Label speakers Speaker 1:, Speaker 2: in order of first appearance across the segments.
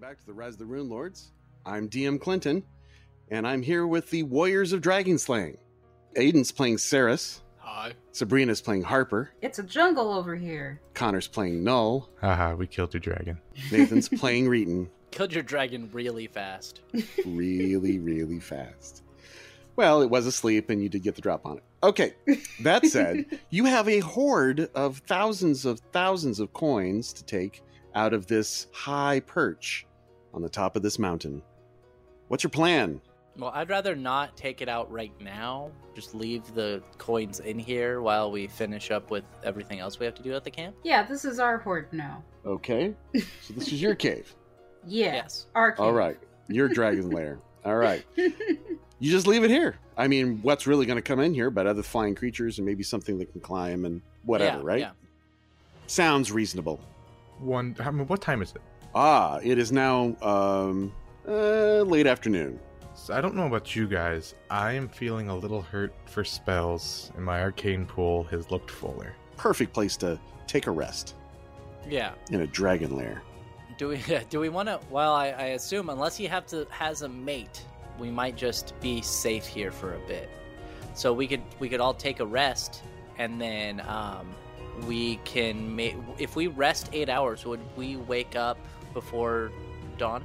Speaker 1: back to the Rise of the Rune Lords. I'm DM Clinton, and I'm here with the Warriors of Dragonslaying. Aiden's playing Saris,
Speaker 2: Hi.
Speaker 1: Sabrina's playing Harper,
Speaker 3: It's a jungle over here.
Speaker 1: Connor's playing Null,
Speaker 4: Haha, we killed your dragon.
Speaker 1: Nathan's playing Reeton
Speaker 2: Killed your dragon really fast.
Speaker 1: really, really fast. Well, it was asleep, and you did get the drop on it. Okay, that said, you have a hoard of thousands of thousands of coins to take out of this high perch on the top of this mountain. What's your plan?
Speaker 2: Well, I'd rather not take it out right now. Just leave the coins in here while we finish up with everything else we have to do at the camp.
Speaker 3: yeah, this is our horde now.
Speaker 1: Okay, so this is your cave.
Speaker 3: Yeah,
Speaker 2: Yes.
Speaker 3: our cave.
Speaker 1: All right. Your dragon lair. All right. You just leave it here. I mean, what's really going to come in here but other flying creatures and maybe something that can climb and whatever,
Speaker 2: Yeah,
Speaker 1: right?
Speaker 2: yeah.
Speaker 1: Sounds reasonable.
Speaker 4: One, I mean, what time is it?
Speaker 1: Ah, it is now um, uh, late afternoon.
Speaker 4: So I don't know about you guys. I am feeling a little hurt for spells, and my arcane pool has looked fuller.
Speaker 1: Perfect place to take a rest
Speaker 2: Yeah.
Speaker 1: in a dragon lair.
Speaker 2: Do we do we want to? Well, I, I assume unless you have to has a mate, we might just be safe here for a bit. So we could we could all take a rest, and then um, we can make if we rest eight hours, would we wake up before dawn?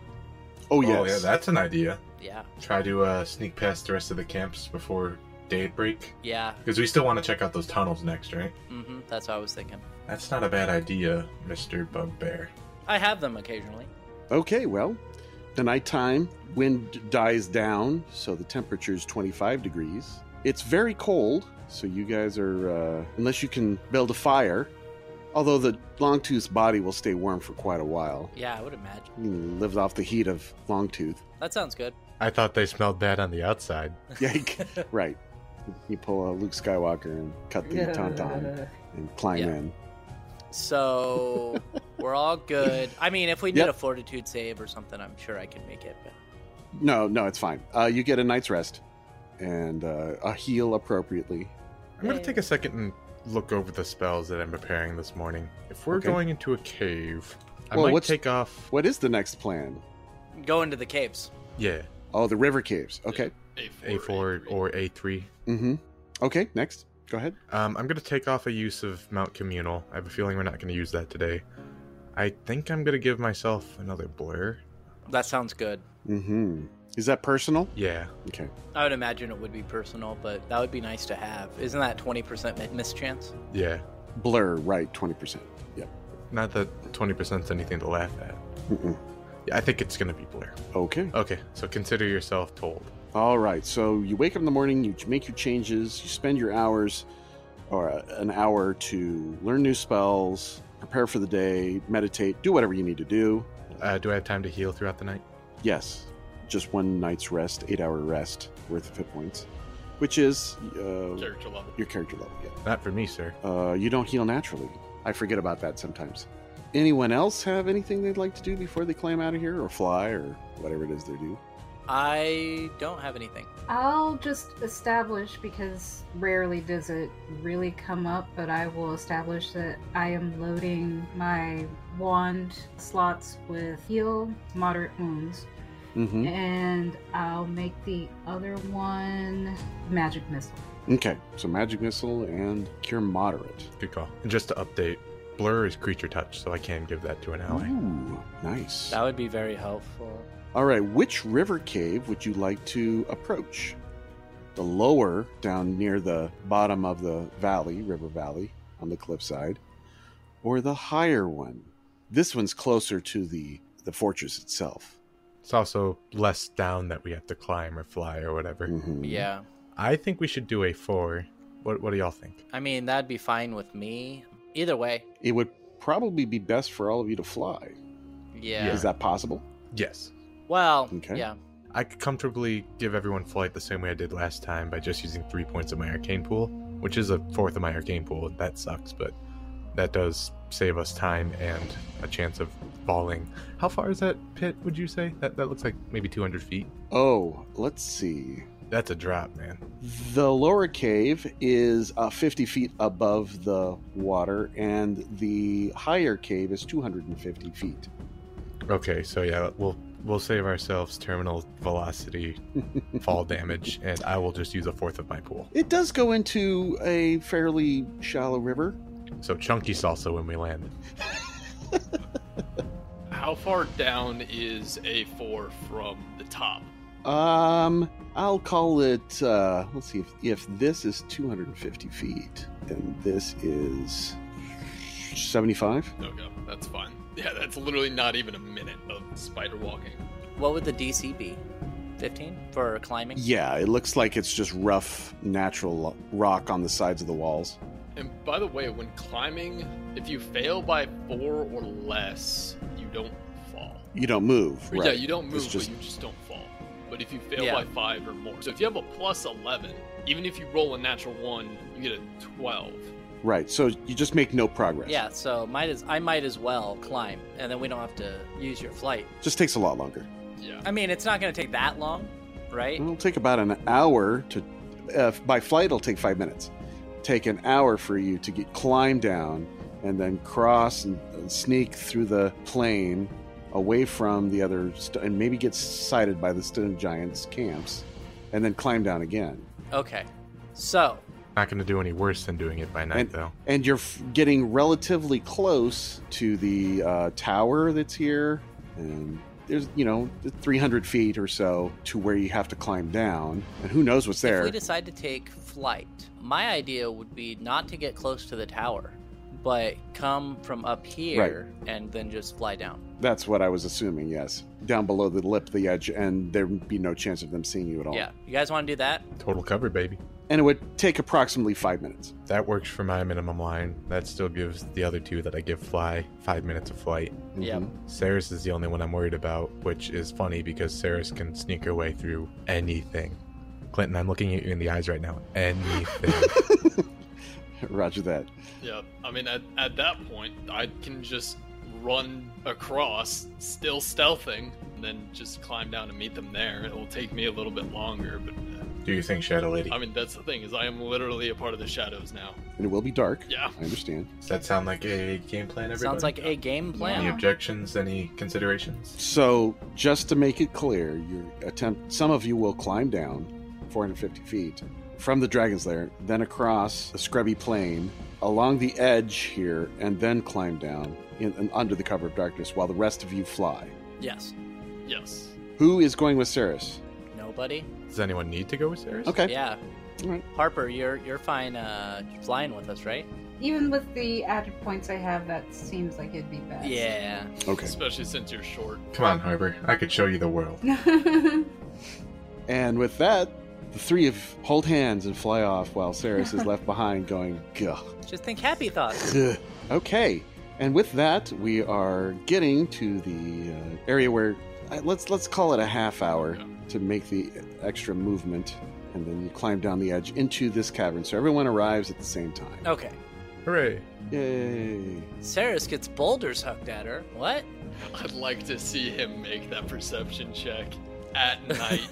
Speaker 1: Oh, yes.
Speaker 5: Oh yeah, that's an idea.
Speaker 2: Yeah,
Speaker 5: Try to uh, sneak past the rest of the camps before daybreak,
Speaker 2: yeah.
Speaker 5: because we still want to check out those tunnels next, right?
Speaker 2: hmm that's what I was thinking.
Speaker 5: That's not a bad idea, Mister Bugbear.
Speaker 2: I have them occasionally.
Speaker 1: Okay, well, the nighttime wind dies down, so the temperature is 25 degrees. It's very cold, so you guys are, uh, unless you can build a fire, although the Longtooth's body will stay warm for quite a while.
Speaker 2: Yeah, I would imagine.
Speaker 1: You know, lives off the heat of Longtooth.
Speaker 2: That sounds good.
Speaker 4: I thought they smelled bad on the outside.
Speaker 1: Yike. right. You pull a Luke Skywalker and cut the tauntaun
Speaker 3: Uh,
Speaker 1: and climb
Speaker 2: Yeah.
Speaker 1: in.
Speaker 2: So we're all good. I mean, if we did
Speaker 1: Yep.
Speaker 2: a fortitude save or something, I'm sure I could make it. But
Speaker 1: No, no, it's fine. Uh, you get a night's rest and uh, a heal appropriately.
Speaker 4: I'm gonna
Speaker 3: Yeah.
Speaker 4: take a second and look over the spells that I'm preparing this morning. If we're
Speaker 1: Okay.
Speaker 4: going into a cave, I
Speaker 1: Well,
Speaker 4: might
Speaker 1: what's-
Speaker 4: take off.
Speaker 1: What is the next plan?
Speaker 2: go into the caves.
Speaker 4: Yeah,
Speaker 1: Oh, the river caves. Okay.
Speaker 4: A four or A three.
Speaker 1: Mm-hmm. Okay, next. Go ahead.
Speaker 4: Um, I'm gonna take off a use of Mount Communal. I have a feeling we're not gonna use that today. I think I'm gonna give myself another blur.
Speaker 2: That sounds good.
Speaker 1: Mm-hmm. Is that personal?
Speaker 4: Yeah,
Speaker 1: Okay.
Speaker 2: I would imagine it would be personal, but that would be nice to have. Isn't that 20% mi- mischance?
Speaker 4: yeah.
Speaker 1: Blur, right, 20%. Yep.
Speaker 4: Not that 20% is anything to laugh at.
Speaker 1: Mm-mm.
Speaker 4: Yeah, I think it's gonna be Blair.
Speaker 1: Okay.
Speaker 4: Okay, so consider yourself told.
Speaker 1: All right. So you wake up in the morning, you make your changes, you spend your hours or uh, an hour to learn new spells, prepare for the day, meditate, do whatever you need to do.
Speaker 4: Uh, do I have time to heal throughout the night?
Speaker 1: Yes. Just one night's rest, eight hour rest worth of hit points, which is uh,
Speaker 6: Character level.
Speaker 1: your character level. Yeah.
Speaker 4: Not for me, sir.
Speaker 1: Uh, you don't heal naturally. I forget about that sometimes. Anyone else have anything they'd like to do before they climb out of here or fly or whatever it is they do?
Speaker 2: I don't have anything.
Speaker 3: I'll just establish because rarely does it really come up, but I will establish that I am loading my wand slots with heal moderate wounds,
Speaker 1: Mm-hmm.
Speaker 3: and I'll make the other one magic missile.
Speaker 1: Okay, so magic missile and cure moderate.
Speaker 4: Good call. And just to update, Blur is creature touch, so I can give that to an ally.
Speaker 1: Ooh, nice.
Speaker 2: That would be very helpful.
Speaker 1: All right, which river cave would you like to approach? The lower, down near the bottom of the valley, river valley on the cliffside, or the higher one? This one's closer to the the fortress itself.
Speaker 4: It's also less down that we have to climb or fly or whatever.
Speaker 1: Mhm.
Speaker 2: Yeah.
Speaker 4: I think we should do a four. What, what do y'all think?
Speaker 2: I mean, that'd be fine with me. Either way.
Speaker 1: It would probably be best for all of you to fly.
Speaker 2: Yeah.
Speaker 1: Is that possible?
Speaker 4: Yes.
Speaker 2: Well,
Speaker 1: Okay.
Speaker 2: yeah.
Speaker 4: I could comfortably give everyone flight the same way I did last time by just using three points of my arcane pool, which is a fourth of my arcane pool. That sucks, but that does save us time and a chance of falling. How far is that pit, would you say? That, that looks like maybe 200 feet.
Speaker 1: Oh, let's see.
Speaker 4: That's a drop, man.
Speaker 1: The lower cave is uh, 50 feet above the water, and the higher cave is 250 feet.
Speaker 4: Okay, so yeah, we'll we'll save ourselves terminal velocity fall damage, and I will just use a fourth of my pool.
Speaker 1: It does go into a fairly shallow river.
Speaker 4: So chunky salsa when we land.
Speaker 6: How far down is A4 from the top?
Speaker 1: Um, I'll call it. Uh, let's see if if this is 250 feet, then this is 75.
Speaker 6: Okay, that's fine. Yeah, that's literally not even a minute of spider walking.
Speaker 2: What would the DC be? 15 for climbing?
Speaker 1: Yeah, it looks like it's just rough natural rock on the sides of the walls.
Speaker 6: And by the way, when climbing, if you fail by four or less, you don't fall.
Speaker 1: You don't move,
Speaker 6: Or,
Speaker 1: right?
Speaker 6: Yeah, you don't move,
Speaker 1: just-
Speaker 6: but you just don't fall. But if you fail
Speaker 2: Yeah.
Speaker 6: by five or more, so if you have a plus 11, even if you roll a natural one, you get a 12.
Speaker 1: Right, so you just make no progress.
Speaker 2: Yeah, so might as I might as well climb, and then we don't have to use your flight.
Speaker 1: Just takes a lot longer.
Speaker 6: Yeah.
Speaker 2: I mean, it's not going to take that long, right?
Speaker 1: It'll take about an hour to. Uh, by flight, it'll take five minutes. Take an hour for you to get climb down and then cross and, and sneak through the plane away from the other, st- and maybe get sighted by the stone giants' camps, and then climb down again.
Speaker 2: Okay, so
Speaker 4: Not going to do any worse than doing it by night,
Speaker 1: And-
Speaker 4: though.
Speaker 1: and you're f- getting relatively close to the uh, tower that's here and there's you know 300 feet or so to where you have to climb down and who knows what's
Speaker 2: if
Speaker 1: there
Speaker 2: we decide to take flight, my idea would be not to get close to the tower, but come from up here and then just fly down.
Speaker 1: that's what i was assuming yes down below the lip the edge and there'd be no chance of them seeing you at all
Speaker 2: Yeah, you guys want to do that?
Speaker 4: Total cover, baby.
Speaker 1: and it would take approximately five minutes
Speaker 4: That works for my minimum line. That still gives the other two that I give fly five minutes of flight.
Speaker 2: Yeah.
Speaker 1: Mhm.
Speaker 4: Saris is the only one I'm worried about, which is funny because Saris can sneak her way through anything. Clinton, I'm looking at you in the eyes right now. Anything.
Speaker 1: Mm-hmm. roger that
Speaker 6: Yeah, I mean, at, at that point, I can just run across, still stealthing, and then just climb down and meet them there. It will take me a little bit longer, but uh,
Speaker 5: Do you think, Shadow Lady?
Speaker 6: I mean, that's the thing is I am literally a part of the shadows now.
Speaker 1: and it will be dark
Speaker 6: Yeah,
Speaker 1: i understand
Speaker 5: Does that sound like a game plan, everybody?
Speaker 2: Sounds like a game plan.
Speaker 5: Any
Speaker 3: Yeah.
Speaker 5: objections? Any considerations?
Speaker 1: So, just to make it clear, your attempt, some of you will climb down 450 feet from the dragon's lair, then across the scrubby plain, along the edge here, and then climb down in, in- under the cover of darkness while the rest of you fly.
Speaker 2: Yes.
Speaker 6: yes.
Speaker 1: Who is going with Cirrus?
Speaker 2: Nobody.
Speaker 4: Does anyone need to go with Saris?
Speaker 1: Okay.
Speaker 2: Yeah.
Speaker 1: Alright.
Speaker 2: Harper, you're you're fine uh, flying with us, right?
Speaker 3: Even with the added points I have, that seems like it'd be best.
Speaker 2: Yeah.
Speaker 1: Okay.
Speaker 6: Especially since you're short.
Speaker 5: Come on, Harbor. I could show you the world.
Speaker 1: And with that, the three of hold hands and fly off while Cirrus is left behind going, Gah.
Speaker 2: Just think happy thoughts.
Speaker 1: Ugh. okay, and with that, we are getting to the uh, area where uh, let's let's call it a half hour to make the extra movement, and then you climb down the edge into this cavern. So everyone arrives at the same time.
Speaker 2: Okay.
Speaker 4: Hooray.
Speaker 1: Yay!
Speaker 2: Saris gets boulders hooked at her. What?
Speaker 6: I'd like to see him make that perception check at night.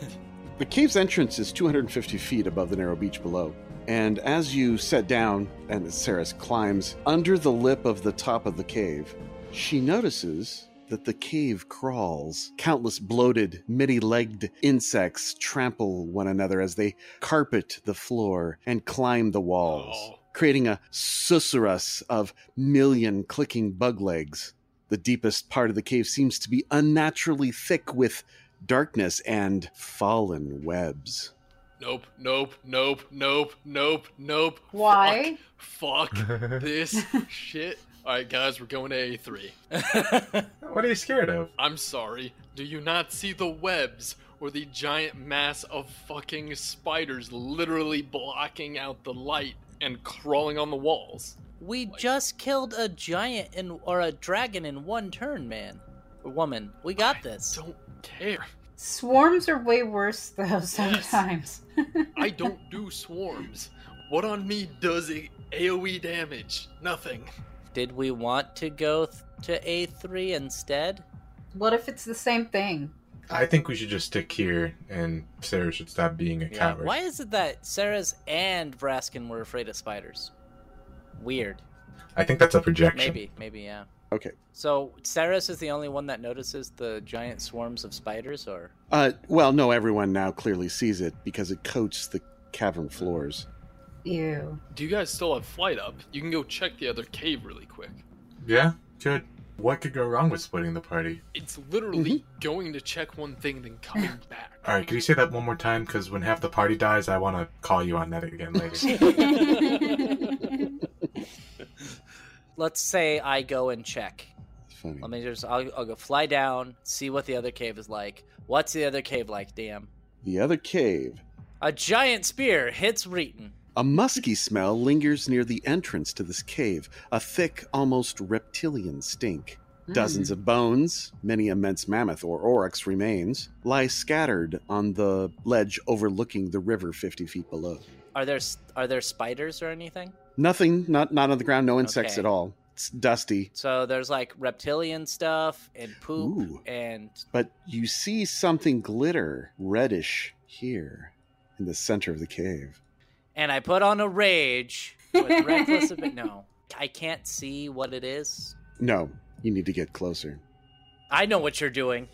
Speaker 1: The cave's entrance is 250 feet above the narrow beach below. And as you set down and as Saris climbs under the lip of the top of the cave, she notices that the cave crawls. Countless bloated, many legged insects trample one another as they carpet the floor and climb the walls,
Speaker 6: Oh.
Speaker 1: creating a susurrus of million clicking bug legs. The deepest part of the cave seems to be unnaturally thick with darkness and fallen webs.
Speaker 6: nope, nope, nope, nope, nope, nope.
Speaker 3: Why?
Speaker 6: Fuck, fuck this shit. All right, guys, we're going to A3.
Speaker 5: What are you scared of?
Speaker 6: I'm sorry. Do you not see the webs or the giant mass of fucking spiders literally blocking out the light and crawling on the walls?
Speaker 2: we just killed a giant in or a dragon in one turn, man. Or woman. We got this.
Speaker 6: Don't care.
Speaker 3: Swarms are way worse though sometimes.
Speaker 6: I don't do swarms. What on me does a- AoE damage? Nothing.
Speaker 2: Did we want to go th- to A3 instead?
Speaker 3: what if it's the same thing?
Speaker 5: I think we should just stick here, and Sarah should stop being a
Speaker 2: Yeah.
Speaker 5: coward.
Speaker 2: Why is it that Sarah's and Braskin were afraid of spiders? Weird.
Speaker 5: I think that's a projection.
Speaker 2: Maybe, maybe, yeah.
Speaker 1: Okay.
Speaker 2: So Ceres is the only one that notices the giant swarms of spiders, or
Speaker 1: Uh, well, no, everyone now clearly sees it because it coats the cavern floors.
Speaker 3: Ew.
Speaker 6: Do you guys still have flight up? You can go check the other cave really quick.
Speaker 5: Yeah, good. What could go wrong with splitting the party?
Speaker 6: It's literally going to check one thing, then coming back.
Speaker 5: All right, can you say that one more time? Because when half the party dies, I want to call you on that again later.
Speaker 2: let's say I go and check.
Speaker 1: It's funny.
Speaker 2: Let me just I'll, I'll go fly down, see what the other cave is like. What's the other cave like? Damn,
Speaker 1: The other cave.
Speaker 2: a giant spear hits Reeton.
Speaker 1: A musky smell lingers near the entrance to this cave, a thick, almost reptilian stink.
Speaker 3: Hmm.
Speaker 1: Dozens of bones, many immense mammoth or oryx remains, lie scattered on the ledge overlooking the river 50 feet below.
Speaker 2: Are there s- are there spiders or anything?
Speaker 1: Nothing, not, not on the ground, no insects
Speaker 2: Okay.
Speaker 1: at all. It's dusty.
Speaker 2: So there's like reptilian stuff and poop
Speaker 1: Ooh.
Speaker 2: and
Speaker 1: But you see something glitter, reddish, here in the center of the cave.
Speaker 2: and I put on a rage with reckless ab- no. I can't see what it is.
Speaker 1: No, you need to get closer.
Speaker 2: I know what you're doing.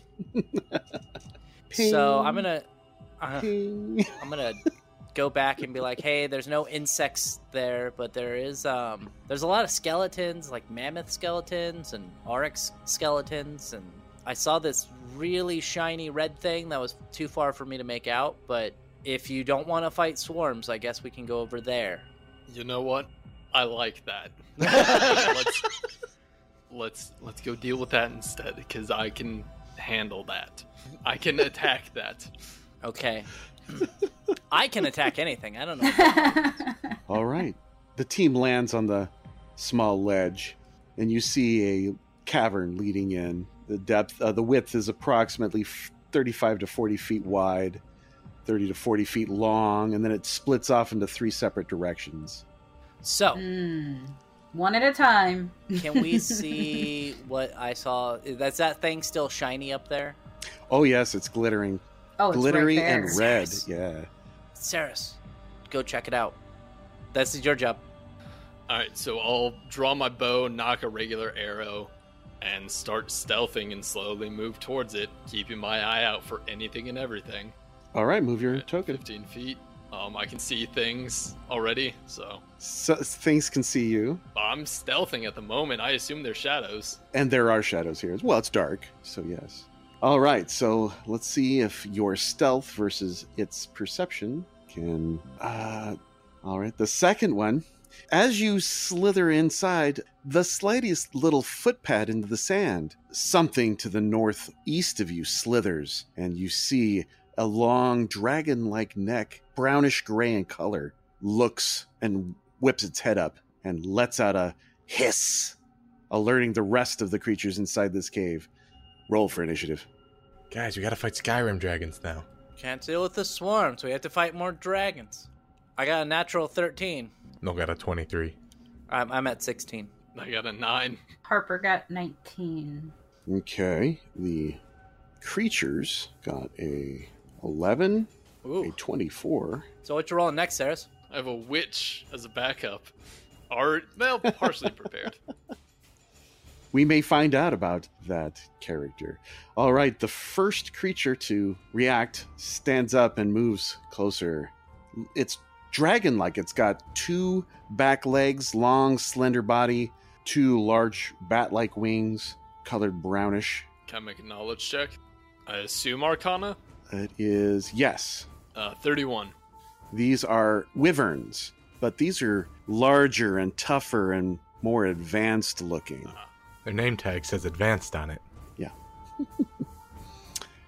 Speaker 1: Ping,
Speaker 2: So I'm gonna uh,
Speaker 1: ping.
Speaker 2: I'm gonna go back and be like, hey, there's no insects there, but there is um there's a lot of skeletons, like mammoth skeletons and oryx skeletons, and I saw this really shiny red thing that was too far for me to make out, but if you don't want to fight swarms, I guess we can go over there.
Speaker 6: You know what? I like that. let's, let's let's go deal with that instead, because I can handle that. I can attack that.
Speaker 2: Okay. Hmm. I can attack anything. I don't know.
Speaker 1: All right. The team lands on the small ledge, and you see a cavern leading in. The depth, uh, the width is approximately f- 35 to 40 feet wide, 30 to 40 feet long, and then it splits off into three separate directions.
Speaker 2: So,
Speaker 3: Mm. One at a time.
Speaker 2: can we see what I saw? Is that thing still shiny up there?
Speaker 1: Oh yes, it's glittering,
Speaker 3: Oh, it's
Speaker 1: glittery
Speaker 3: right there.
Speaker 1: and red.
Speaker 2: Yes.
Speaker 1: Yeah.
Speaker 2: Saris, go check it out. That's your job.
Speaker 6: All right, so I'll draw my bow, knock a regular arrow, and start stealthing and slowly move towards it, keeping my eye out for anything and everything.
Speaker 1: All right, move your
Speaker 6: At
Speaker 1: token.
Speaker 6: 15 feet. Um, I can see things already, so
Speaker 1: So, things can see you,
Speaker 6: I'm stealthing at the moment. I assume they're shadows.
Speaker 1: and there are shadows here. Well, it's dark, so yes. All right, so let's see if your stealth versus its perception can. Uh, all right, the second one. As you slither inside, the slightest little footpad into the sand, something to the northeast of you slithers, and you see a long dragon like neck, brownish gray in color, looks and whips its head up and lets out a hiss, alerting the rest of the creatures inside this cave. Roll for initiative.
Speaker 4: Guys, we gotta fight Skyrim dragons now.
Speaker 2: Can't deal with the swarms. We have to fight more dragons. I got a natural 13.
Speaker 4: No, got a 23.
Speaker 2: I'm, I'm at 16.
Speaker 6: I got a nine.
Speaker 3: Harper got 19.
Speaker 1: Okay. The creatures got a 11, a
Speaker 2: Ooh.
Speaker 1: 24.
Speaker 2: So what you rolling next, Saris?
Speaker 6: I have a witch as a backup. Are well partially prepared.
Speaker 1: We may find out about that character. All right, the first creature to react stands up and moves closer. It's dragon like. It's got two back legs, long, slender body, two large bat like wings, colored brownish.
Speaker 6: Can I make a knowledge check? I assume Arcana.
Speaker 1: It is, yes,
Speaker 6: Uh, 31.
Speaker 1: These are wyverns, but these are larger and tougher and more advanced looking.
Speaker 4: Their name tag says advanced on it.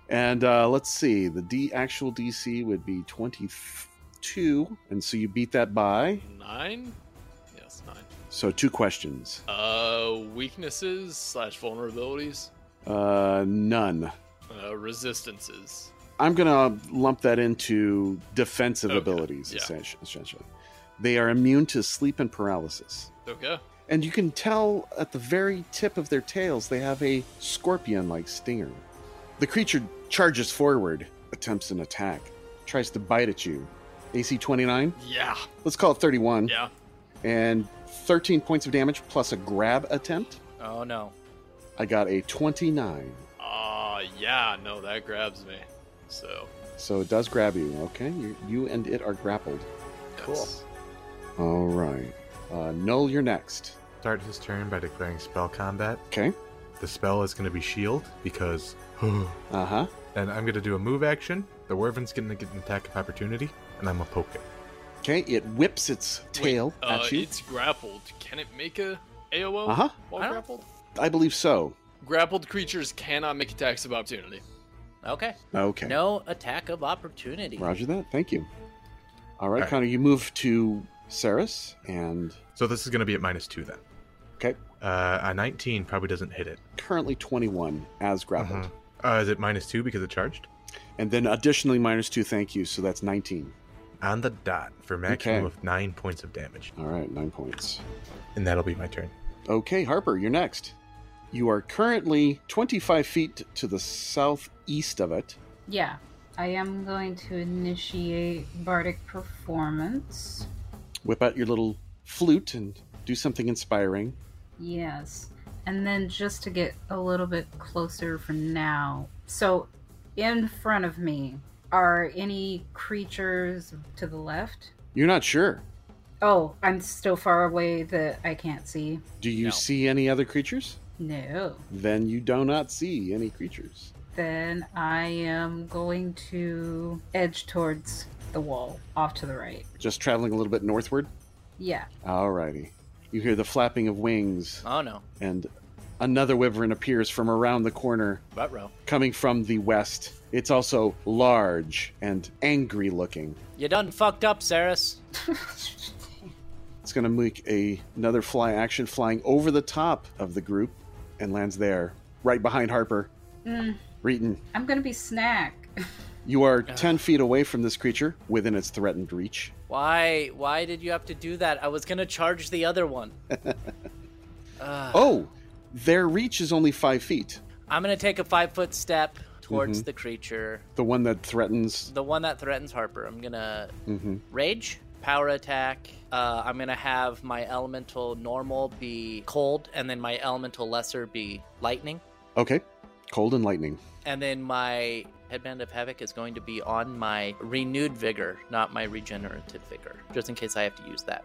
Speaker 1: And uh, let's see, the D actual DC would be 22, and so you beat that by.
Speaker 6: Nine? Yes, nine.
Speaker 1: So two questions.
Speaker 6: Uh, weaknesses slash vulnerabilities.
Speaker 1: Uh, none.
Speaker 6: Uh, resistances.
Speaker 1: I'm gonna lump that into defensive
Speaker 6: Okay,
Speaker 1: abilities,
Speaker 6: yeah.
Speaker 1: essen- essentially. They are immune to sleep and paralysis.
Speaker 6: Okay.
Speaker 1: And you can tell at the very tip of their tails they have a scorpion like stinger. The creature charges forward, attempts an attack, tries to bite at you. AC 29,
Speaker 6: Yeah.
Speaker 1: let's call it 31,
Speaker 6: Yeah.
Speaker 1: and 13 points of damage plus a grab attempt.
Speaker 2: Oh no.
Speaker 1: I got a 29.
Speaker 6: Ah, yeah, no, that grabs me. So
Speaker 1: So it does grab you. Okay. You, you and it are grappled.
Speaker 2: Cool.
Speaker 6: yes.
Speaker 1: All right. Uh, Null, you're next.
Speaker 4: Start his turn by declaring spell combat.
Speaker 1: Okay.
Speaker 4: The spell is going to be shield because.
Speaker 1: Uh huh.
Speaker 4: and I'm going to do a move action. The Wervin's going to get an attack of opportunity, and I'm going to poke it.
Speaker 1: Okay. It whips its tail
Speaker 6: Wait, uh,
Speaker 1: at you.
Speaker 6: It's grappled. Can it make a AOO
Speaker 1: Uh huh.
Speaker 2: I
Speaker 6: while
Speaker 2: don't-
Speaker 6: grappled?
Speaker 1: I believe so.
Speaker 6: Grappled creatures cannot make attacks of opportunity.
Speaker 2: Okay.
Speaker 1: Okay.
Speaker 2: No attack of opportunity.
Speaker 1: Roger that. Thank you. All right,
Speaker 4: All right.
Speaker 1: Connor, you move to Saris, and
Speaker 4: So this is going to be at minus two then.
Speaker 1: Okay.
Speaker 4: Uh, a 19 probably doesn't hit it.
Speaker 1: currently 21 as grappled.
Speaker 4: Mhm. Uh, is it minus two because it charged?
Speaker 1: And then additionally minus two, thank you. So that's 19.
Speaker 4: On the dot for a maximum
Speaker 1: Okay.
Speaker 4: of nine points of damage.
Speaker 1: All right, nine points.
Speaker 4: And that'll be my turn.
Speaker 1: Okay, Harper, you're next. You are currently 25 feet to the southeast of it.
Speaker 3: Yeah, I am going to initiate bardic performance.
Speaker 1: Whip out your little flute and do something inspiring.
Speaker 3: Yes. And then just to get a little bit closer from now. So, in front of me, are any creatures to the left?
Speaker 1: You're not sure.
Speaker 3: Oh, I'm so far away that I can't see.
Speaker 1: Do you
Speaker 2: No.
Speaker 1: see any other creatures?
Speaker 3: No.
Speaker 1: Then you do not see any creatures.
Speaker 3: Then I am going to edge towards the wall off to the right.
Speaker 1: Just traveling a little bit northward.
Speaker 3: Yeah.
Speaker 1: Alrighty. You hear the flapping of wings,
Speaker 2: Oh no.
Speaker 1: and another wyvern appears from around the corner,
Speaker 2: Butt row.
Speaker 1: coming from the west. It's also large and angry looking.
Speaker 2: You done fucked up, Saris.
Speaker 1: It's going to make a, another fly action, flying over the top of the group and lands there, right behind Harper.
Speaker 3: Mm,
Speaker 1: Reeton,
Speaker 3: I'm going to be snack.
Speaker 1: you are
Speaker 2: Ugh.
Speaker 1: 10 feet away from this creature within its threatened reach.
Speaker 2: Why? Why did you have to do that? I was gonna charge the other one. uh,
Speaker 1: Oh, their reach is only five feet.
Speaker 2: I'm gonna take a five foot step towards
Speaker 1: Mhm.
Speaker 2: the creature,
Speaker 1: The one that threatens.
Speaker 2: the one that threatens Harper. I'm gonna
Speaker 1: hmm
Speaker 2: rage, power attack. Uh, I'm gonna have my elemental normal be cold, and then my elemental lesser be lightning,
Speaker 1: Okay. Cold and lightning.
Speaker 2: and then my headband of havoc is going to be on my renewed vigor, not my regenerative vigor, just in case I have to use that.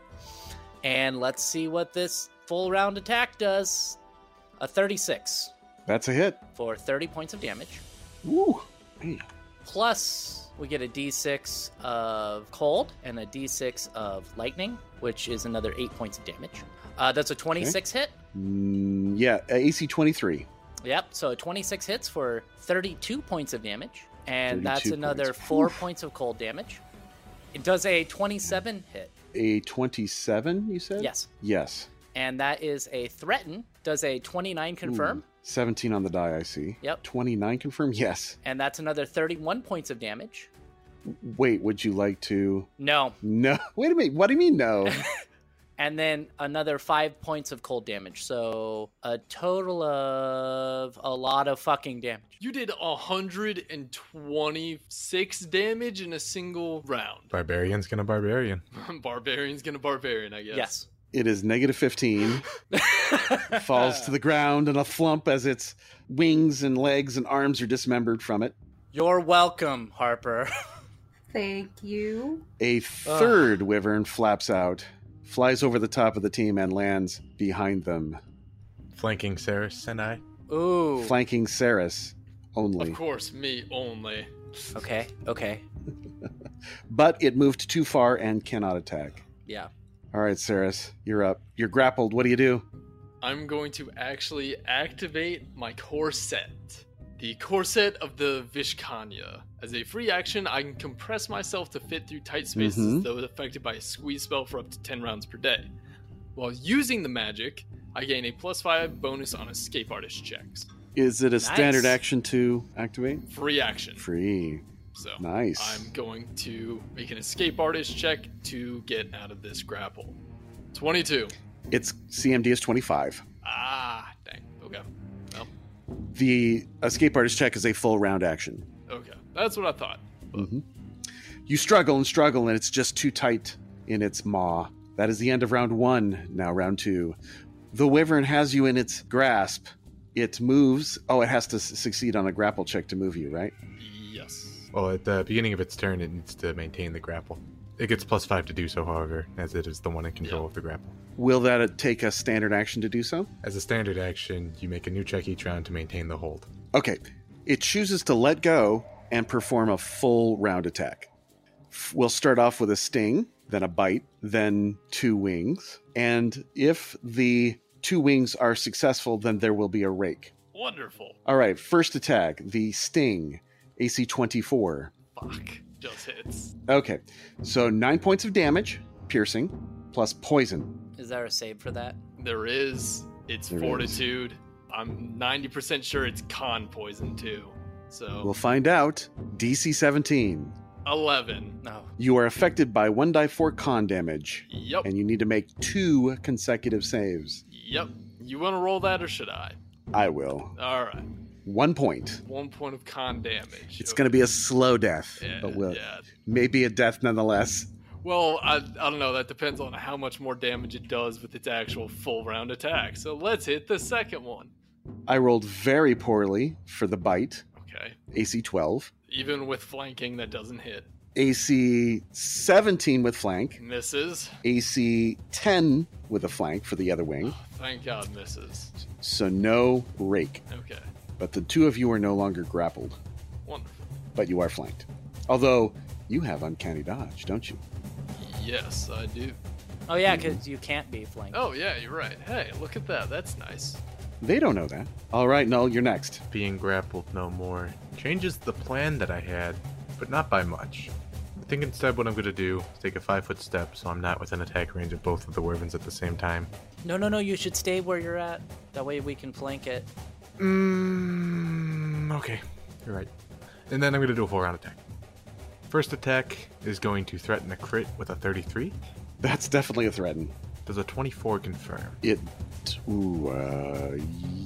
Speaker 2: And let's see what this full round attack does. A 36
Speaker 1: That's a hit.
Speaker 2: for 30 points of damage.
Speaker 1: Woo.
Speaker 2: Plus, we get a d6 of cold and a d6 of lightning, which is another 8 points of damage. Uh, that's a 26 hit.
Speaker 1: Mm, yeah, AC 23.
Speaker 2: Yep, so 26 hits for 32 points of damage. And
Speaker 1: 32
Speaker 2: that's another
Speaker 1: points.
Speaker 2: 4
Speaker 1: Oof.
Speaker 2: points of cold damage. It does a 27 hit.
Speaker 1: A 27, you said?
Speaker 2: Yes.
Speaker 1: Yes.
Speaker 2: And that is a threaten. Does a 29 confirm.
Speaker 1: Ooh, 17 on the die, I see.
Speaker 2: Yep.
Speaker 1: 29 confirm? Yes.
Speaker 2: And that's another 31 points of damage.
Speaker 1: Wait, would you like to.
Speaker 2: No.
Speaker 1: No. Wait a minute. What do you mean, no?
Speaker 2: and then another five points of cold damage. So a total of a lot of fucking damage.
Speaker 6: You did 126 damage in a single round.
Speaker 4: Barbarian's going to barbarian.
Speaker 6: Barbarian's gonna barbarian, I guess.
Speaker 2: Yes.
Speaker 1: it is negative 15, falls to the ground in a flump as its wings and legs and arms are dismembered from it.
Speaker 2: You're welcome, Harper.
Speaker 3: Thank you.
Speaker 1: A third wyvern flaps out, flies over the top of the team, and lands behind them,
Speaker 4: Flanking Saris and I.
Speaker 2: Ooh.
Speaker 1: flanking Saris only.
Speaker 6: Of course, me only.
Speaker 2: okay. Okay.
Speaker 1: But it moved too far and cannot attack.
Speaker 2: Yeah.
Speaker 1: All right, Saris, you're up. You're grappled. What do you do?
Speaker 6: I'm going to actually activate my corset. The corset of the Vishkanya. As a free action, I can compress myself to fit through tight spaces,
Speaker 1: Mhm.
Speaker 6: though affected by a squeeze spell for up to 10 rounds per day. While using the magic, I gain a plus 5 bonus on escape artist checks.
Speaker 1: Is it a
Speaker 2: Nice.
Speaker 1: standard action to activate?
Speaker 6: Free action.
Speaker 1: Free.
Speaker 6: So
Speaker 1: Nice.
Speaker 6: I'm going to make an escape artist check to get out of this grapple. 22.
Speaker 1: Its CMD is 25.
Speaker 6: Ah, dang. Okay.
Speaker 1: The escape artist check is a full round action.
Speaker 6: Okay. That's what I thought.
Speaker 1: Mhm. You struggle and struggle, and it's just too tight in its maw. That is the end of round one. Now, round two. The wyvern has you in its grasp. It moves. Oh, it has to s- succeed on a grapple check to move you, right?
Speaker 6: Yes.
Speaker 4: Well, at the beginning of its turn, it needs to maintain the grapple. It gets plus five to do so, however, as it is the one in control
Speaker 6: Yeah.
Speaker 4: of the grapple.
Speaker 1: Will that take a standard action to do so?
Speaker 4: As a standard action, you make a new check each round to maintain the hold.
Speaker 1: Okay. It chooses to let go and perform a full round attack. F- We'll start off with a sting, then a bite, then two wings. And if the two wings are successful, then there will be a rake.
Speaker 6: Wonderful.
Speaker 1: All right, first attack, the sting, AC 24.
Speaker 6: Fuck. Just hits.
Speaker 1: Okay, so nine points of damage, piercing, plus poison.
Speaker 2: Is there a save for that?
Speaker 6: There is. It's
Speaker 1: There is.
Speaker 6: fortitude. I'm 90% sure it's con poison too. So
Speaker 1: We'll find out. DC 17.
Speaker 6: 11.
Speaker 2: No.
Speaker 1: You are affected by 1 die 4 con damage,
Speaker 6: Yep.
Speaker 1: and you need to make two consecutive saves.
Speaker 6: Yep. You want to roll that or should I?
Speaker 1: I will.
Speaker 6: All right.
Speaker 1: One point.
Speaker 6: One point of con damage.
Speaker 1: It's going to be a slow death,
Speaker 6: Yeah,
Speaker 1: but we'll,
Speaker 6: yeah.
Speaker 1: maybe a death nonetheless.
Speaker 6: Well, I, I don't know. That depends on how much more damage it does with its actual full round attack. So let's hit the second one.
Speaker 1: I rolled very poorly for the bite,
Speaker 6: Okay.
Speaker 1: AC 12.
Speaker 6: Even with flanking, that doesn't hit.
Speaker 1: AC 17 with flank,
Speaker 6: Misses.
Speaker 1: AC 10 with a flank for the other wing.
Speaker 6: Thank God, misses.
Speaker 1: So no rake.
Speaker 6: Okay.
Speaker 1: But the two of you are no longer grappled,
Speaker 6: Wonderful.
Speaker 1: but you are flanked. Although you have uncanny dodge, don't you?
Speaker 6: Yes, I do.
Speaker 2: Oh yeah, because you can't be flanked.
Speaker 6: Oh, yeah, you're right. Hey, look at that. That's nice.
Speaker 1: They don't know that. All right, Null, you're next.
Speaker 4: Being grappled no more changes the plan that I had, but not by much. I think instead what I'm going to do is take a five foot step so I'm not within attack range of both of the Wyverns at the same time.
Speaker 2: No, no, no. You should stay where you're at. That way we can flank it.
Speaker 4: Mm, okay, you're right. And then I'm going to do a full round attack. First attack is going to threaten a crit with a 33.
Speaker 1: That's definitely a threaten.
Speaker 4: Does a 24 confirm?
Speaker 1: It. Ooh, uh,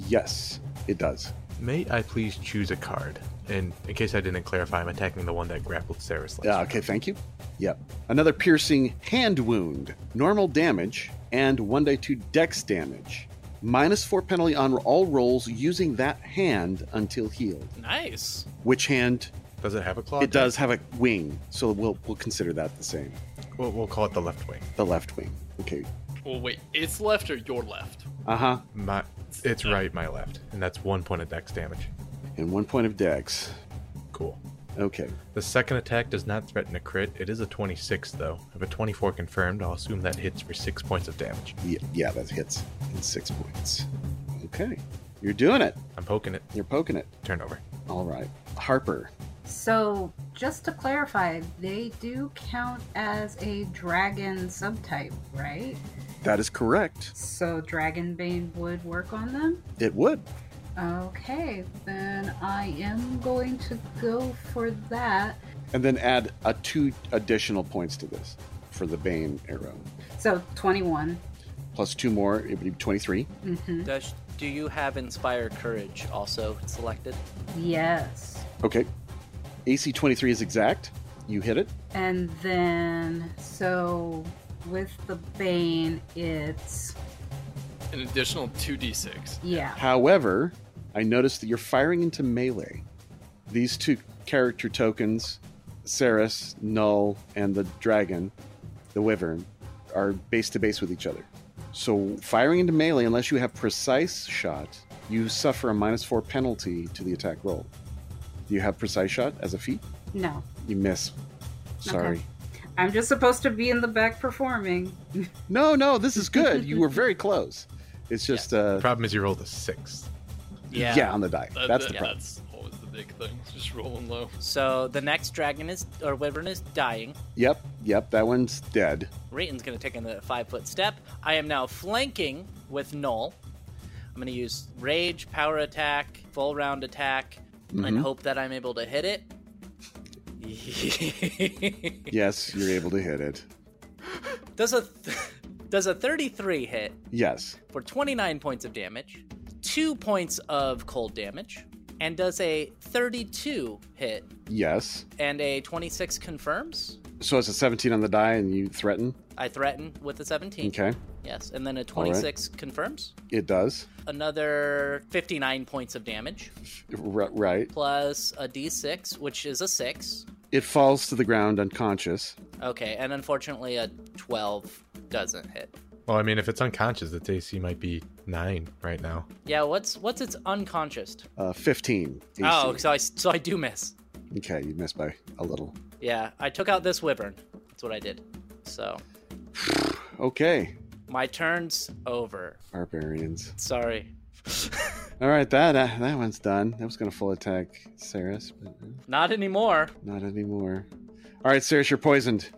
Speaker 1: yes, it does.
Speaker 4: May I please choose a card? And in case I didn't clarify, I'm attacking the one that grappled Sarah's last.
Speaker 1: Yeah, okay, thank you. Yep. Another piercing hand wound, normal damage, and 1d2 dex damage. Minus 4 penalty on all rolls using that hand until healed.
Speaker 2: Nice.
Speaker 1: Which hand?
Speaker 4: Does it have a claw?
Speaker 1: It does have a wing, so we'll, we'll consider that the same.
Speaker 4: We'll, we'll call it the left wing.
Speaker 1: The left wing. Okay.
Speaker 6: Well, wait. It's left or your left?
Speaker 1: Uh huh.
Speaker 4: My, it's right, my left, and that's one point of dex damage.
Speaker 1: And one point of dex.
Speaker 4: Cool.
Speaker 1: Okay.
Speaker 4: The second attack does not threaten a crit. It is a 26 though. If a 24 confirmed, I'll assume that hits for six points of damage.
Speaker 1: Yeah, yeah that hits. And six points. Okay. You're doing it.
Speaker 4: I'm poking it.
Speaker 1: You're poking it.
Speaker 4: Turnover.
Speaker 1: All right. Harper.
Speaker 3: So, just to clarify, they do count as a dragon subtype, right?
Speaker 1: That is correct.
Speaker 3: So, Dragonbane would work on them?
Speaker 1: It would.
Speaker 3: Okay, then I am going to go for that.
Speaker 1: and then add a two additional points to this for the bane arrow
Speaker 3: So, 21.
Speaker 1: plus two more it would be 23
Speaker 3: Mm-hmm.
Speaker 2: Does do you have inspire courage also selected?
Speaker 3: Yes.
Speaker 1: okay ac 23 is exact you hit it
Speaker 3: And then, so with the Bane, it's.
Speaker 6: An additional 2d6.
Speaker 3: Yeah.
Speaker 1: however i noticed that you're firing into melee these two character tokens Ceres, null and the dragon the wyvern are base to base with each other so firing into melee unless you have precise shot you suffer a minus four penalty to the attack roll do you have precise shot as a feat
Speaker 3: No.
Speaker 1: You miss. Sorry.
Speaker 3: Okay. I'm just supposed to be in the back performing.
Speaker 1: No, no, this is good. you were very close. It's just
Speaker 4: The
Speaker 1: uh
Speaker 4: problem is you rolled a six.
Speaker 1: yeah. on the die.
Speaker 6: That-
Speaker 1: That's
Speaker 6: that-
Speaker 1: the problem.
Speaker 6: That's always the big thing. Just rolling low.
Speaker 2: So the next dragon is or wyvern is dying.
Speaker 1: Yep, yep, that one's dead.
Speaker 2: Rayton's gonna take another five foot step. I am now flanking with Null. I'm gonna use rage, power attack, full round attack, and
Speaker 1: Mhm.
Speaker 2: hope that I'm able to hit it.
Speaker 1: Yes, you're able to hit it.
Speaker 2: does a th- does a 33 hit
Speaker 1: Yes.
Speaker 2: for 29 points of damage, two points of cold damage, and does a 32 hit
Speaker 1: Yes.
Speaker 2: and a 26 confirms?
Speaker 1: So it's a 17 on the die, and you threaten.
Speaker 2: I threaten with a 17.
Speaker 1: Okay,
Speaker 2: Yes, and then a 26 confirms.
Speaker 1: it does.
Speaker 2: Another 59 points of damage
Speaker 1: R- right.
Speaker 2: plus a d6, which is a 6.
Speaker 1: It falls to the ground unconscious.
Speaker 2: Okay, and unfortunately a 12 doesn't hit.
Speaker 4: Well, I mean, if it's unconscious, its AC might be nine right now.
Speaker 2: Yeah, what's what's its unconscious?
Speaker 1: Uh, 15. AC.
Speaker 2: Oh, so I so I do miss.
Speaker 1: okay. You missed by a little.
Speaker 2: Yeah, I took out this wyvern. That's what I did. So
Speaker 1: Okay,
Speaker 2: my turn's over.
Speaker 1: barbarians.
Speaker 2: Sorry.
Speaker 1: All right, that uh, that one's done. That was gonna full attack Saris, but uh,
Speaker 2: Not anymore.
Speaker 1: not anymore. All right, Saris, you're poisoned.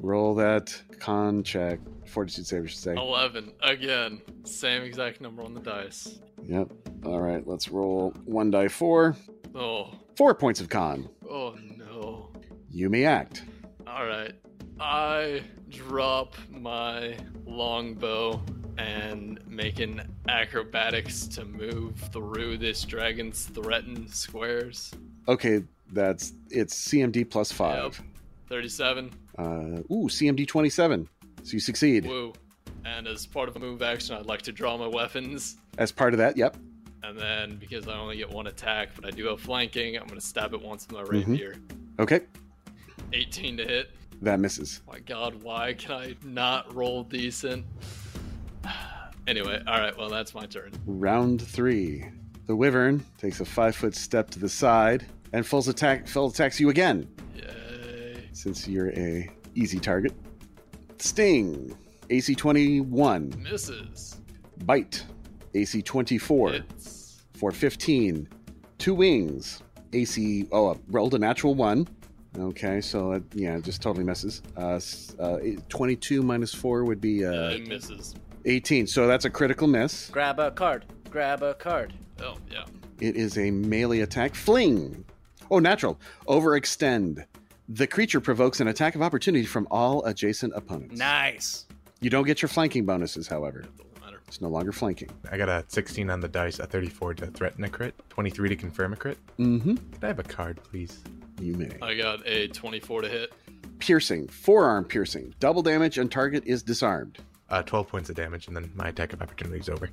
Speaker 1: Roll that con check. Fortitude save, I should
Speaker 6: Oh.
Speaker 1: say.
Speaker 6: 11. Again, same exact number on the dice.
Speaker 1: Yep. All right, let's roll one die four.
Speaker 6: Oh,
Speaker 1: Four points of con.
Speaker 6: oh no.
Speaker 1: You may act.
Speaker 6: Alright. I drop my longbow and make an acrobatics to move through this dragon's threatened squares.
Speaker 1: Okay, that's it's CMD plus five.
Speaker 6: 37.
Speaker 1: Uh, ooh, CMD 27. So you succeed.
Speaker 6: Woo. And as part of a move action, I'd like to draw my weapons.
Speaker 1: As part of that, yep.
Speaker 6: And then, because I only get one attack, but I do have flanking, I'm going to stab it once with my rapier.
Speaker 1: Okay,
Speaker 6: 18 to hit.
Speaker 1: that misses.
Speaker 6: My god, why can I not roll decent? anyway, alright, well, that's my turn.
Speaker 1: Round three. The Wyvern takes a five foot step to the side and full attack full attacks you again
Speaker 6: Yay.
Speaker 1: since you're a easy target. Sting, AC 21.
Speaker 6: Misses.
Speaker 1: Bite, AC 24
Speaker 6: Hits.
Speaker 1: for 15. Two wings, AC. Oh, uh, rolled a natural one. Okay, so that, yeah, it just totally misses. Uh, s- uh, eight- 22 minus 4 would be uh,
Speaker 6: Uh, misses.
Speaker 1: 18. So that's a critical miss.
Speaker 2: Grab a card. Grab a card.
Speaker 6: Oh, yeah.
Speaker 1: It is a melee attack. Fling! Oh, natural. Overextend. The creature provokes an attack of opportunity from all adjacent opponents.
Speaker 2: Nice.
Speaker 1: You don't get your flanking bonuses, however.
Speaker 6: It doesn't matter.
Speaker 1: It's no longer flanking.
Speaker 4: I got a 16 on the dice, a 34 to threaten a crit, 23 to confirm a crit.
Speaker 1: Mm
Speaker 6: Mm-hmm.
Speaker 1: hmm.
Speaker 4: Can I have a card, please?
Speaker 1: You may.
Speaker 6: I got a 24 to hit.
Speaker 1: Piercing. Forearm piercing. Double damage, and target is disarmed.
Speaker 4: Uh, 12 points of damage, and then my attack of opportunity is over.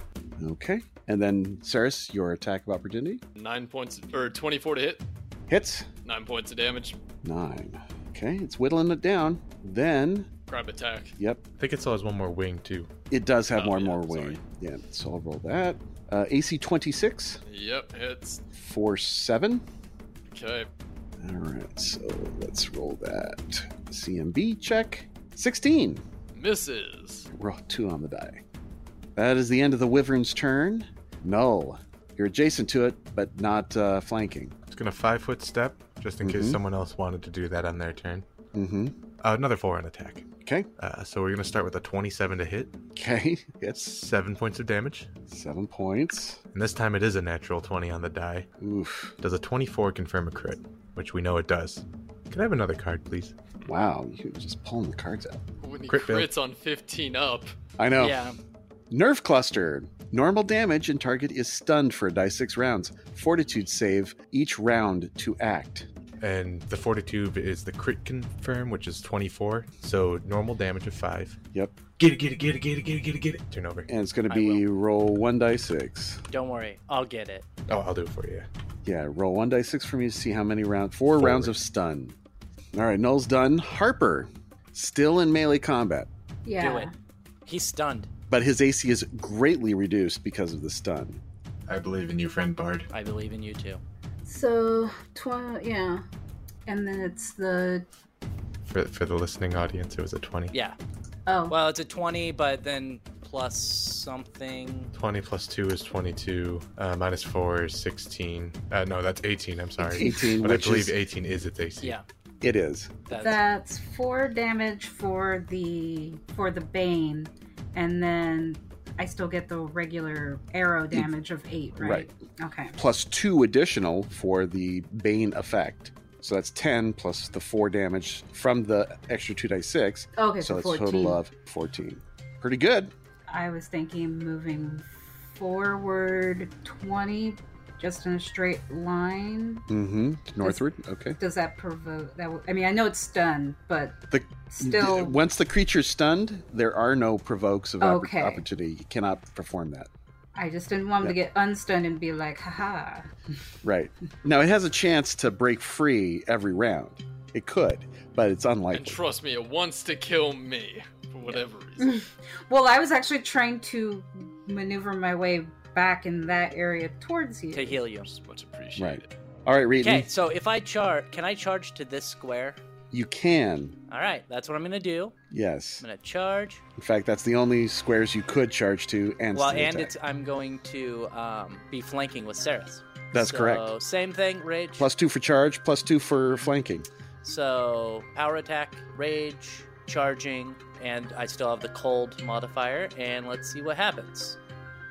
Speaker 1: Okay. And then, Saris, your attack of opportunity
Speaker 6: Nine points, or 24 to hit.
Speaker 1: hits.
Speaker 6: Nine points of damage.
Speaker 1: Nine. Okay, it's whittling it down. Then,
Speaker 6: Grab attack.
Speaker 1: yep,
Speaker 4: I think it still has one more wing, too.
Speaker 1: it does have
Speaker 6: Oh,
Speaker 1: more and
Speaker 6: yeah,
Speaker 1: more
Speaker 6: sorry.
Speaker 1: wing. Yeah, so I'll roll that. Uh, AC 26
Speaker 6: Yep, hits.
Speaker 1: for 7.
Speaker 6: Okay.
Speaker 1: All right, so let's roll that CMB check. 16.
Speaker 6: Misses.
Speaker 1: Roll two on the die. That is the end of the Wyvern's turn. Null. You're adjacent to it, but not uh, flanking.
Speaker 4: It's going to five foot step, just in
Speaker 1: Mhm.
Speaker 4: case someone else wanted to do that on their turn.
Speaker 1: Mm-hmm.
Speaker 4: Uh, another four on attack.
Speaker 1: Okay.
Speaker 4: Uh, so we're going to start with a 27 to hit,
Speaker 1: Okay. It's
Speaker 4: seven points of damage.
Speaker 1: seven points.
Speaker 4: And this time it is a natural 20 on the die.
Speaker 1: Oof.
Speaker 4: Does a 24 confirm a crit? Which we know it does. Can I have another card, please?
Speaker 1: Wow. You're just pulling the cards out.
Speaker 6: When he
Speaker 4: Crit fail.
Speaker 6: crits on 15 up,
Speaker 1: I know.
Speaker 2: Yeah.
Speaker 1: Nerve cluster. Normal damage and target is stunned for a die six rounds. Fortitude save each round to act.
Speaker 4: And the fortitude is the crit confirm, which is 24. So normal damage of 5.
Speaker 1: Yep.
Speaker 5: Get it, get it, get it, get it, get it, get it, get it.
Speaker 4: Turn over.
Speaker 1: And it's going to
Speaker 2: I
Speaker 1: be roll one die six.
Speaker 2: Don't worry. I'll get it.
Speaker 4: Oh, I'll do it for you.
Speaker 1: Yeah, roll one die six for me to see how many rounds. Four,
Speaker 4: Four.
Speaker 1: rounds of stun. All right, Null's done. Harper, still in melee combat,
Speaker 3: Yeah.
Speaker 2: Do it. He's stunned.
Speaker 1: but his AC is greatly reduced because of the stun.
Speaker 5: I believe in you, friend Bard.
Speaker 2: I believe in you too.
Speaker 3: So, tw- yeah. And then it's the.
Speaker 4: For, for the listening audience, it was a 20.
Speaker 2: Yeah.
Speaker 3: Oh,
Speaker 2: Well, it's a 20, but then plus something.
Speaker 4: 20 plus 2 is 22. Uh, minus 4 is 16. Uh, no, that's 18. I'm sorry.
Speaker 1: 18,
Speaker 4: But I
Speaker 1: which
Speaker 4: believe
Speaker 1: is-
Speaker 4: 18 is its AC.
Speaker 2: Yeah.
Speaker 1: It is.
Speaker 2: That's,
Speaker 3: that's four damage for the for the bane, and then I still get the regular arrow damage of eight, right? Okay.
Speaker 1: Plus two additional for the Bane effect. So that's 10 plus the four damage from the extra two die six.
Speaker 3: Okay,
Speaker 1: so
Speaker 3: so,
Speaker 1: that's
Speaker 3: 14.
Speaker 1: total of 14. Pretty good.
Speaker 3: I was thinking moving forward 20 just in a straight line.
Speaker 1: Mm-hmm. Northward. Okay.
Speaker 3: Does that provoke that? w- I mean, I know it's stunned, but
Speaker 1: The-
Speaker 3: still.
Speaker 1: Once the creature's stunned, there are no provokes of oppor-
Speaker 3: Okay.
Speaker 1: opportunity. You cannot perform that.
Speaker 3: I just didn't want him to get unstunned and be like, haha.
Speaker 1: Right. Now it has a chance to break free every round. It could, but it's
Speaker 6: And
Speaker 1: unlikely.
Speaker 6: trust me, it wants to kill me for whatever reason.
Speaker 3: Well, I was actually trying to maneuver my way back in that area towards you.
Speaker 2: to heal you.
Speaker 6: It's much appreciated.
Speaker 1: All right, Reeton,
Speaker 2: Okay, so if I charge, can I charge to this square?
Speaker 1: you can.
Speaker 2: All right, that's what I'm gonna do. I'm
Speaker 1: Yes.
Speaker 2: gonna charge.
Speaker 1: In fact, that's the only squares you could charge to and
Speaker 2: well,
Speaker 1: still
Speaker 2: and
Speaker 1: attack.
Speaker 2: it's I'm going to um, be flanking with Ceres.
Speaker 1: That's
Speaker 2: so,
Speaker 1: correct.
Speaker 2: Same thing, rage.
Speaker 1: plus two for charge, plus two for flanking.
Speaker 2: So power attack, rage, charging, and I still have the cold modifier. And let's see what happens.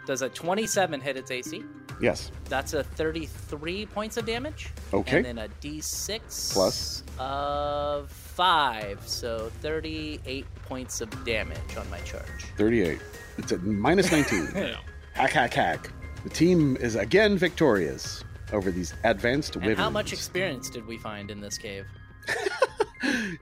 Speaker 2: Does a 27 hit its AC?
Speaker 1: Yes.
Speaker 2: That's a 33 points of damage.
Speaker 1: Okay.
Speaker 2: And then a d6
Speaker 1: Plus.
Speaker 2: of 5. So 38 points of damage on my charge.
Speaker 1: 38. It's at minus 19.
Speaker 6: Yeah.
Speaker 1: hack, hack, hack. The team is again victorious over these advanced
Speaker 2: And
Speaker 1: wyverns.
Speaker 2: how much experience did we find in this cave?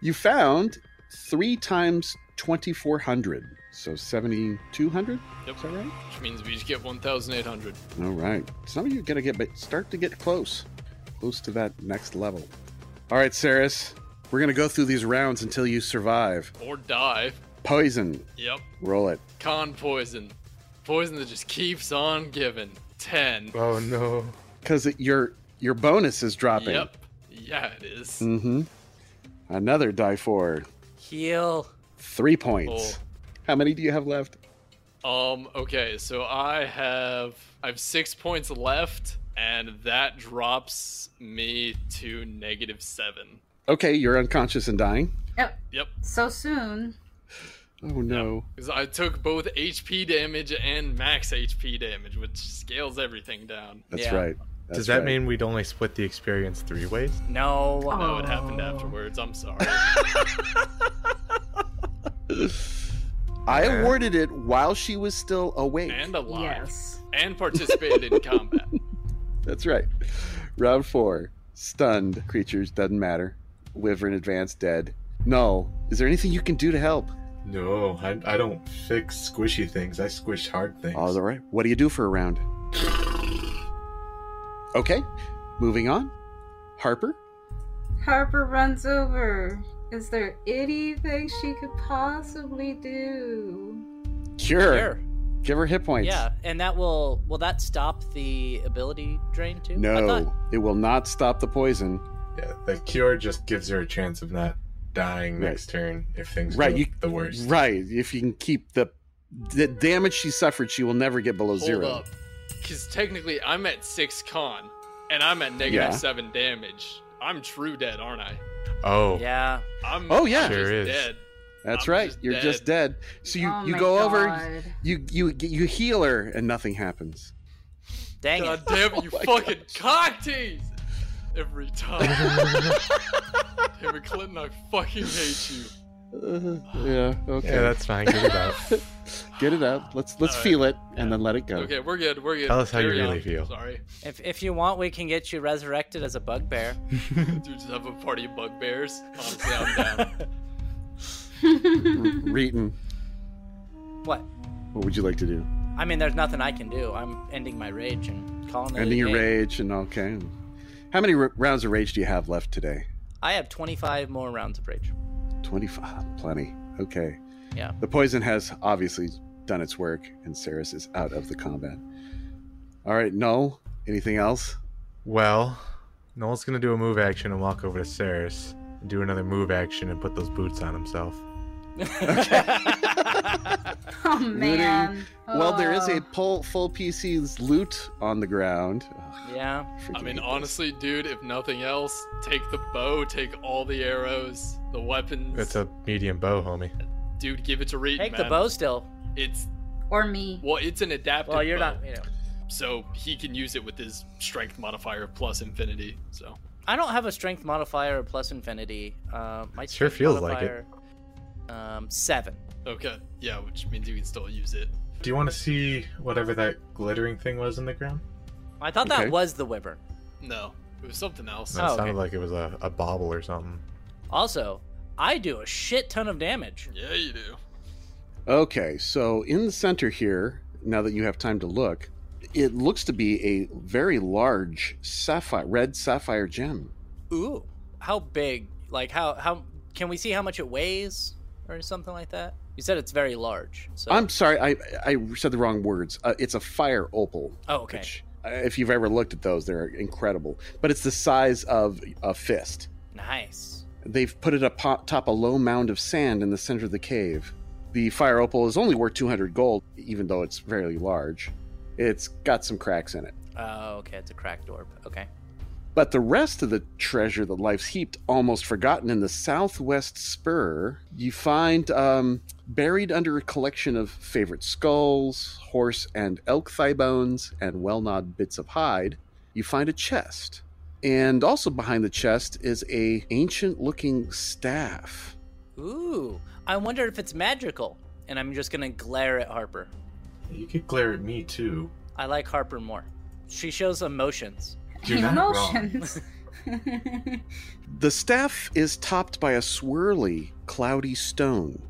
Speaker 1: you found three times 2,400. So 7,200?
Speaker 6: Yep.
Speaker 1: Is that right?
Speaker 6: Which means we just get 1,800.
Speaker 1: All right. Some of you are going to get, but start to get close. Close to that next level. All right, Saris. We're going to go through these rounds until you survive.
Speaker 6: Or die.
Speaker 1: Poison.
Speaker 6: Yep.
Speaker 1: Roll it.
Speaker 6: Con poison. Poison that just keeps on giving. 10.
Speaker 4: Oh no.
Speaker 1: Because your, your bonus is dropping.
Speaker 6: Yep. Yeah, it is.
Speaker 1: Mm-hmm. Another die four.
Speaker 2: Heal.
Speaker 1: Three points.
Speaker 6: Oh.
Speaker 1: How many do you have left?
Speaker 6: Um, okay, so I have I have six points left, and that drops me to negative seven.
Speaker 1: Okay, you're unconscious and dying.
Speaker 3: Oh,
Speaker 6: Yep.
Speaker 3: so soon.
Speaker 1: Oh no.
Speaker 6: Because I took both HP damage and max HP damage, which scales everything down.
Speaker 1: That's
Speaker 2: Yeah.
Speaker 1: right. That's
Speaker 4: Does that
Speaker 1: right.
Speaker 4: mean we'd only split the experience three ways?
Speaker 2: No.
Speaker 6: No, it happened
Speaker 3: Oh.
Speaker 6: afterwards. I'm sorry.
Speaker 1: I awarded it while she was still awake?
Speaker 6: and alive.
Speaker 3: Yes.
Speaker 6: And participated in combat.
Speaker 1: That's right. Round four. Stunned creatures doesn't matter. Wyvern advanced dead. No. Is there anything you can do to help?
Speaker 5: No, I, I don't fix squishy things. I squish hard things.
Speaker 1: All right. What do you do for a round? Okay. Moving on. Harper.
Speaker 3: Harper runs over. Is there anything she could possibly do?
Speaker 1: Cure. Give her hit points.
Speaker 2: Yeah, and that will will that stop the ability drain too? I
Speaker 1: No,
Speaker 2: thought,
Speaker 1: it will not stop the poison.
Speaker 5: Yeah, the cure just gives her a chance of not dying
Speaker 1: Right.
Speaker 5: next turn if things
Speaker 1: Right,
Speaker 5: go
Speaker 1: you-
Speaker 5: the worst.
Speaker 1: Right. If you can keep the the damage she suffered, she will never get below
Speaker 6: Hold
Speaker 1: zero.
Speaker 6: up. Because technically, I'm at six con, and I'm at negative
Speaker 1: Yeah.
Speaker 6: seven damage. I'm true dead, aren't I?
Speaker 4: Oh.
Speaker 2: yeah.
Speaker 6: I'm
Speaker 1: Oh, yeah.
Speaker 6: just
Speaker 4: Sure is.
Speaker 6: dead.
Speaker 1: That's
Speaker 6: I'm
Speaker 1: right.
Speaker 6: just
Speaker 1: You're
Speaker 6: dead.
Speaker 1: just dead. So you,
Speaker 3: Oh
Speaker 1: you
Speaker 3: my
Speaker 1: go over,
Speaker 3: God.
Speaker 1: you you you heal her, and nothing happens.
Speaker 2: Dang
Speaker 6: God
Speaker 2: it.
Speaker 6: damn it, you
Speaker 1: Oh my
Speaker 6: fucking cock tease! Every time. David Clinton, I fucking hate you.
Speaker 1: Uh, yeah. Okay.
Speaker 4: Yeah, that's fine. Get it out.
Speaker 1: Get it up. Let's let's
Speaker 6: All right.
Speaker 1: feel it and then let it go.
Speaker 6: Okay, we're good, we're good.
Speaker 4: Oh. Tell us how you
Speaker 6: Carry
Speaker 4: really
Speaker 6: on.
Speaker 4: feel.
Speaker 6: Sorry.
Speaker 2: If if you want, we can get you resurrected as a bugbear.
Speaker 6: Dude, just have a party of bugbears. Honestly, I'm down.
Speaker 1: Reeton,
Speaker 2: What?
Speaker 1: what would you like to do?
Speaker 2: I mean, there's nothing I can do. I'm ending my rage and calling it.
Speaker 1: Ending
Speaker 2: a
Speaker 1: your
Speaker 2: day.
Speaker 1: rage and okay. How many r- rounds of rage do you have left today?
Speaker 2: I have 25 more rounds of rage.
Speaker 1: Twenty-five. Plenty. Okay.
Speaker 2: Yeah.
Speaker 1: The poison has obviously done its work, and Ceres is out of the combat. All right, Null. Anything else?
Speaker 4: Well, Noel's gonna do a move action and walk over to Ceres, and do another move action and put those boots on himself.
Speaker 3: Oh man.
Speaker 1: Well, there is
Speaker 3: Oh.
Speaker 1: a pull, full PC's loot on the ground. Ugh,
Speaker 2: yeah.
Speaker 1: freaking
Speaker 6: I mean,
Speaker 1: hate
Speaker 6: honestly, dude, if nothing else, take the bow, take all the arrows, the weapons.
Speaker 4: That's a medium bow, homie.
Speaker 6: Dude, give it to Reed.
Speaker 2: Take
Speaker 6: man.
Speaker 2: the bow still.
Speaker 6: It's
Speaker 3: Or me.
Speaker 6: well, it's an adaptive.
Speaker 2: Well, you're
Speaker 6: bow,
Speaker 2: not. You know.
Speaker 6: So he can use it with his strength modifier plus infinity. So
Speaker 2: I don't have a strength modifier or plus infinity. Uh, my
Speaker 4: Sure
Speaker 2: strength
Speaker 4: feels like it.
Speaker 2: modifier, Um, seven.
Speaker 6: okay, yeah, which means you can still use it.
Speaker 5: Do you want to see whatever that glittering thing was in the ground?
Speaker 2: I thought
Speaker 1: Okay.
Speaker 2: that was the wyvern.
Speaker 6: No, it was something else.
Speaker 4: That
Speaker 2: Oh, okay.
Speaker 4: sounded like it was a, a bobble or something.
Speaker 2: Also, I do a shit ton of damage.
Speaker 6: Yeah, you do.
Speaker 1: Okay, so in the center here, now that you have time to look, it looks to be a very large sapphire, red sapphire gem.
Speaker 2: Ooh, how big? Like how how can we see how much it weighs or something like that? You said it's very large. So
Speaker 1: I'm sorry, I I said the wrong words. Uh, it's a fire opal.
Speaker 2: oh, okay.
Speaker 1: Which, uh, if you've ever looked at those, they're incredible. But it's the size of a fist.
Speaker 2: Nice.
Speaker 1: They've put it atop a low mound of sand in the center of the cave. The fire opal is only worth 200 gold, even though it's fairly large. It's got some cracks in it.
Speaker 2: Oh, okay. It's a cracked orb. Okay.
Speaker 1: But the rest of the treasure that life's heaped, almost forgotten in the southwest spur, you find um, buried under a collection of favorite skulls, horse and elk thigh bones, and well gnawed bits of hide. You find a chest, and also behind the chest is a ancient looking staff.
Speaker 2: Ooh, I wonder if it's magical. And I'm just gonna glare at Harper.
Speaker 5: You could glare at me too.
Speaker 2: I like Harper more. She shows emotions.
Speaker 5: You're not wrong.
Speaker 3: Emotions.
Speaker 1: The staff is topped by a swirly, cloudy stone,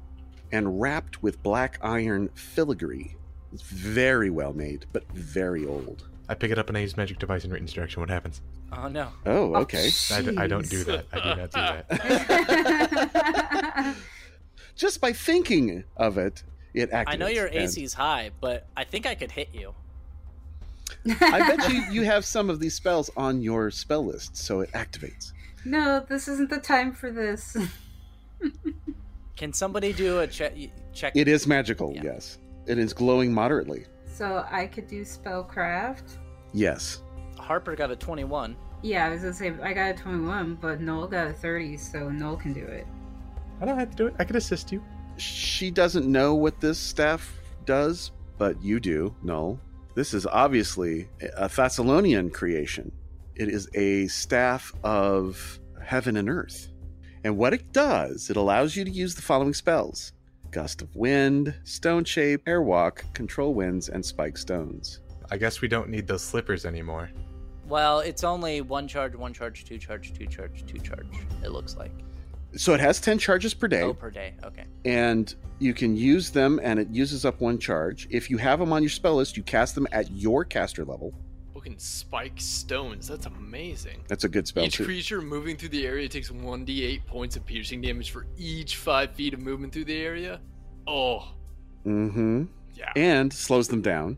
Speaker 1: and wrapped with black iron filigree. It's very well made, but very old.
Speaker 4: I pick it up and I use magic device in Rayton's direction. What happens?
Speaker 2: Oh no.
Speaker 1: Oh, okay.
Speaker 4: I, d- I don't do that. I do not do that.
Speaker 3: that.
Speaker 1: Just by thinking of it, it activates.
Speaker 2: I know your
Speaker 1: and-
Speaker 2: AC's high, but I think I could hit you.
Speaker 1: I bet you you have some of these spells on your spell list, so it activates.
Speaker 3: no, this isn't the time for this.
Speaker 2: Can somebody do a che- check?
Speaker 1: It is magical,
Speaker 2: Yeah.
Speaker 1: yes. It is glowing moderately.
Speaker 3: So I could do spellcraft.
Speaker 1: Yes.
Speaker 2: Harper got a 21.
Speaker 3: Yeah, I was gonna say I got a 21, but Noel got a 30, so Noel can do it.
Speaker 4: I don't have to do it. I can assist you.
Speaker 1: She doesn't know what this staff does, but you do. No. This is obviously a Thessalonian creation. It is a staff of heaven and earth. And what it does, it allows you to use the following spells Gust of Wind, Stone Shape, Airwalk, Control Winds, and Spike Stones.
Speaker 4: I guess we don't need those slippers anymore.
Speaker 2: Well, it's only one charge, one charge, two charge, two charge, two charge. It looks like.
Speaker 1: So it has 10 charges per day.
Speaker 2: Oh, per day. Okay.
Speaker 1: and you can use them and it uses up one charge. If you have them on your spell list, you cast them at your caster level.
Speaker 6: Fucking spike stones. That's amazing.
Speaker 1: That's a good spell
Speaker 6: Each
Speaker 1: too.
Speaker 6: creature moving through the area takes 1d8 points of piercing damage for each 5 feet of movement through the area. Oh,
Speaker 1: mm-hmm.
Speaker 6: yeah.
Speaker 1: And slows them down.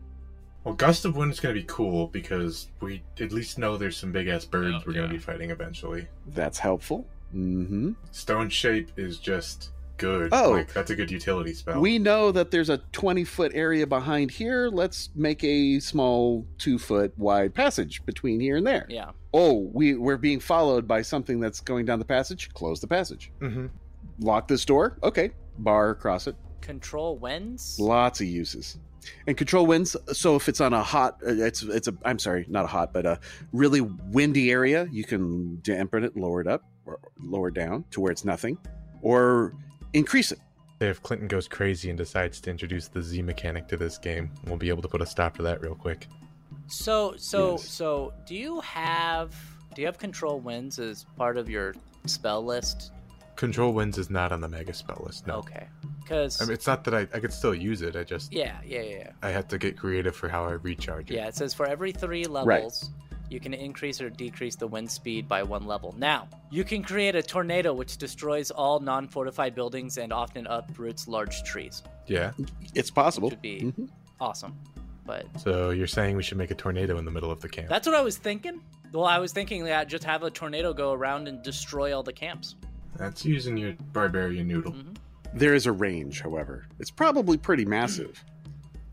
Speaker 5: Well, gust of wind's gonna be cool because we at least know there's some big ass birds
Speaker 2: Oh,
Speaker 6: Yeah,
Speaker 5: we're gonna
Speaker 6: yeah.
Speaker 5: be fighting eventually.
Speaker 1: That's helpful. Mm-hmm.
Speaker 5: Stone shape is just good.
Speaker 1: Oh.
Speaker 5: like, that's a good utility spell.
Speaker 1: We know that there's a 20 foot area behind here. Let's make a small two foot wide passage between here and there.
Speaker 2: Yeah.
Speaker 1: Oh, we, we're being followed by something that's going down the passage. Close the passage.
Speaker 4: Mm-hmm.
Speaker 1: Lock this door. Okay. Bar across it.
Speaker 2: Control winds.
Speaker 1: Lots of uses. And control winds. So if it's on a hot, uh, it's it's a. I'm sorry, not a hot, but a really windy area, you can dampen it, lower it up, or lower down to where it's nothing, or increase it.
Speaker 4: If Clinton goes crazy and decides to introduce the Z mechanic to this game, we'll be able to put a stop to that real quick.
Speaker 2: So, so,
Speaker 1: Yes.
Speaker 2: so, do you have do you have control winds as part of your spell list?
Speaker 4: Control Winds is not on the mega spell list. No.
Speaker 2: Okay. Because
Speaker 4: I mean, it's not that I, I could still use it. I just
Speaker 2: yeah, yeah, yeah, yeah.
Speaker 4: I have to get creative for how I recharge it.
Speaker 2: Yeah, it says for every three levels, you can increase or decrease the wind speed by one level. Now, you can create a tornado which destroys all non fortified buildings and often uproots large trees,
Speaker 4: Yeah.
Speaker 1: It's possible.
Speaker 2: which would be
Speaker 1: Mhm.
Speaker 2: awesome. But
Speaker 4: So you're saying we should make a tornado in the middle of the camp?
Speaker 2: that's what I was thinking. Well, I was thinking that just have a tornado go around and destroy all the camps.
Speaker 5: That's using your barbarian noodle.
Speaker 2: Mhm.
Speaker 1: There is a range, however. It's probably pretty massive,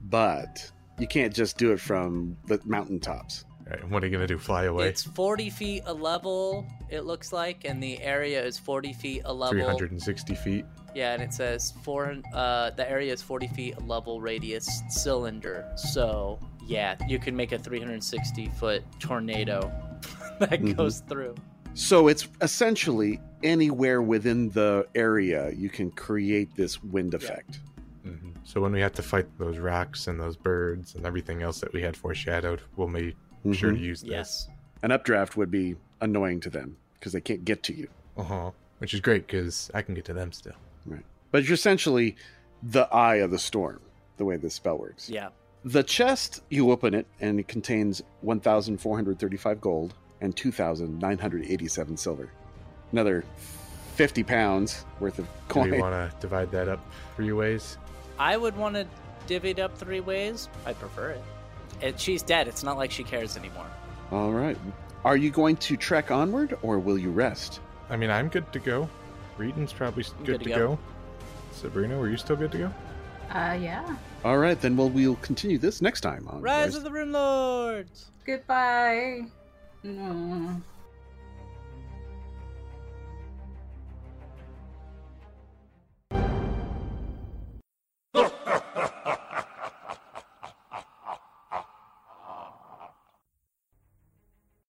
Speaker 1: but you can't just do it from the mountaintops.
Speaker 4: All right, and what are you gonna do? Fly away?
Speaker 2: It's 40 feet a level, it looks like, and the area is 40 feet a level.
Speaker 4: 360 feet.
Speaker 2: Yeah, and it says four. Uh, the area is 40 feet a level radius cylinder. So yeah, you can make a 360 foot tornado that
Speaker 1: Mhm.
Speaker 2: goes through.
Speaker 1: So it's essentially anywhere within the area you can create this wind effect.
Speaker 4: Mm-hmm. So when we have to fight those rocks and those birds and everything else that we had foreshadowed, we'll maybe
Speaker 1: Mm-hmm.
Speaker 4: sure to use this.
Speaker 2: Yes.
Speaker 1: An updraft would be annoying to them because they can't get to you.
Speaker 4: Uh huh. Which is great because I can get to them still.
Speaker 1: But you're essentially the eye of the storm, the way this spell works.
Speaker 2: Yeah.
Speaker 1: The chest, you open it, and it contains 1,435 gold and 2,987 silver. Another 50 pounds worth of
Speaker 4: Do
Speaker 1: coin.
Speaker 4: you want to divide that up three ways?
Speaker 2: I would want to divvy it up three ways. I prefer it. And she's dead. It's not like she cares anymore.
Speaker 1: All right. Are you going to trek onward or will you rest?
Speaker 4: I mean, I'm good to go. Reeden's probably s-
Speaker 2: I'm
Speaker 4: good, to, go. Sabrina, were you still good to go?
Speaker 3: Uh, yeah.
Speaker 1: All right, then we'll, we'll continue this next time on
Speaker 2: Rise of the Rune Lords.
Speaker 3: Goodbye. Mm.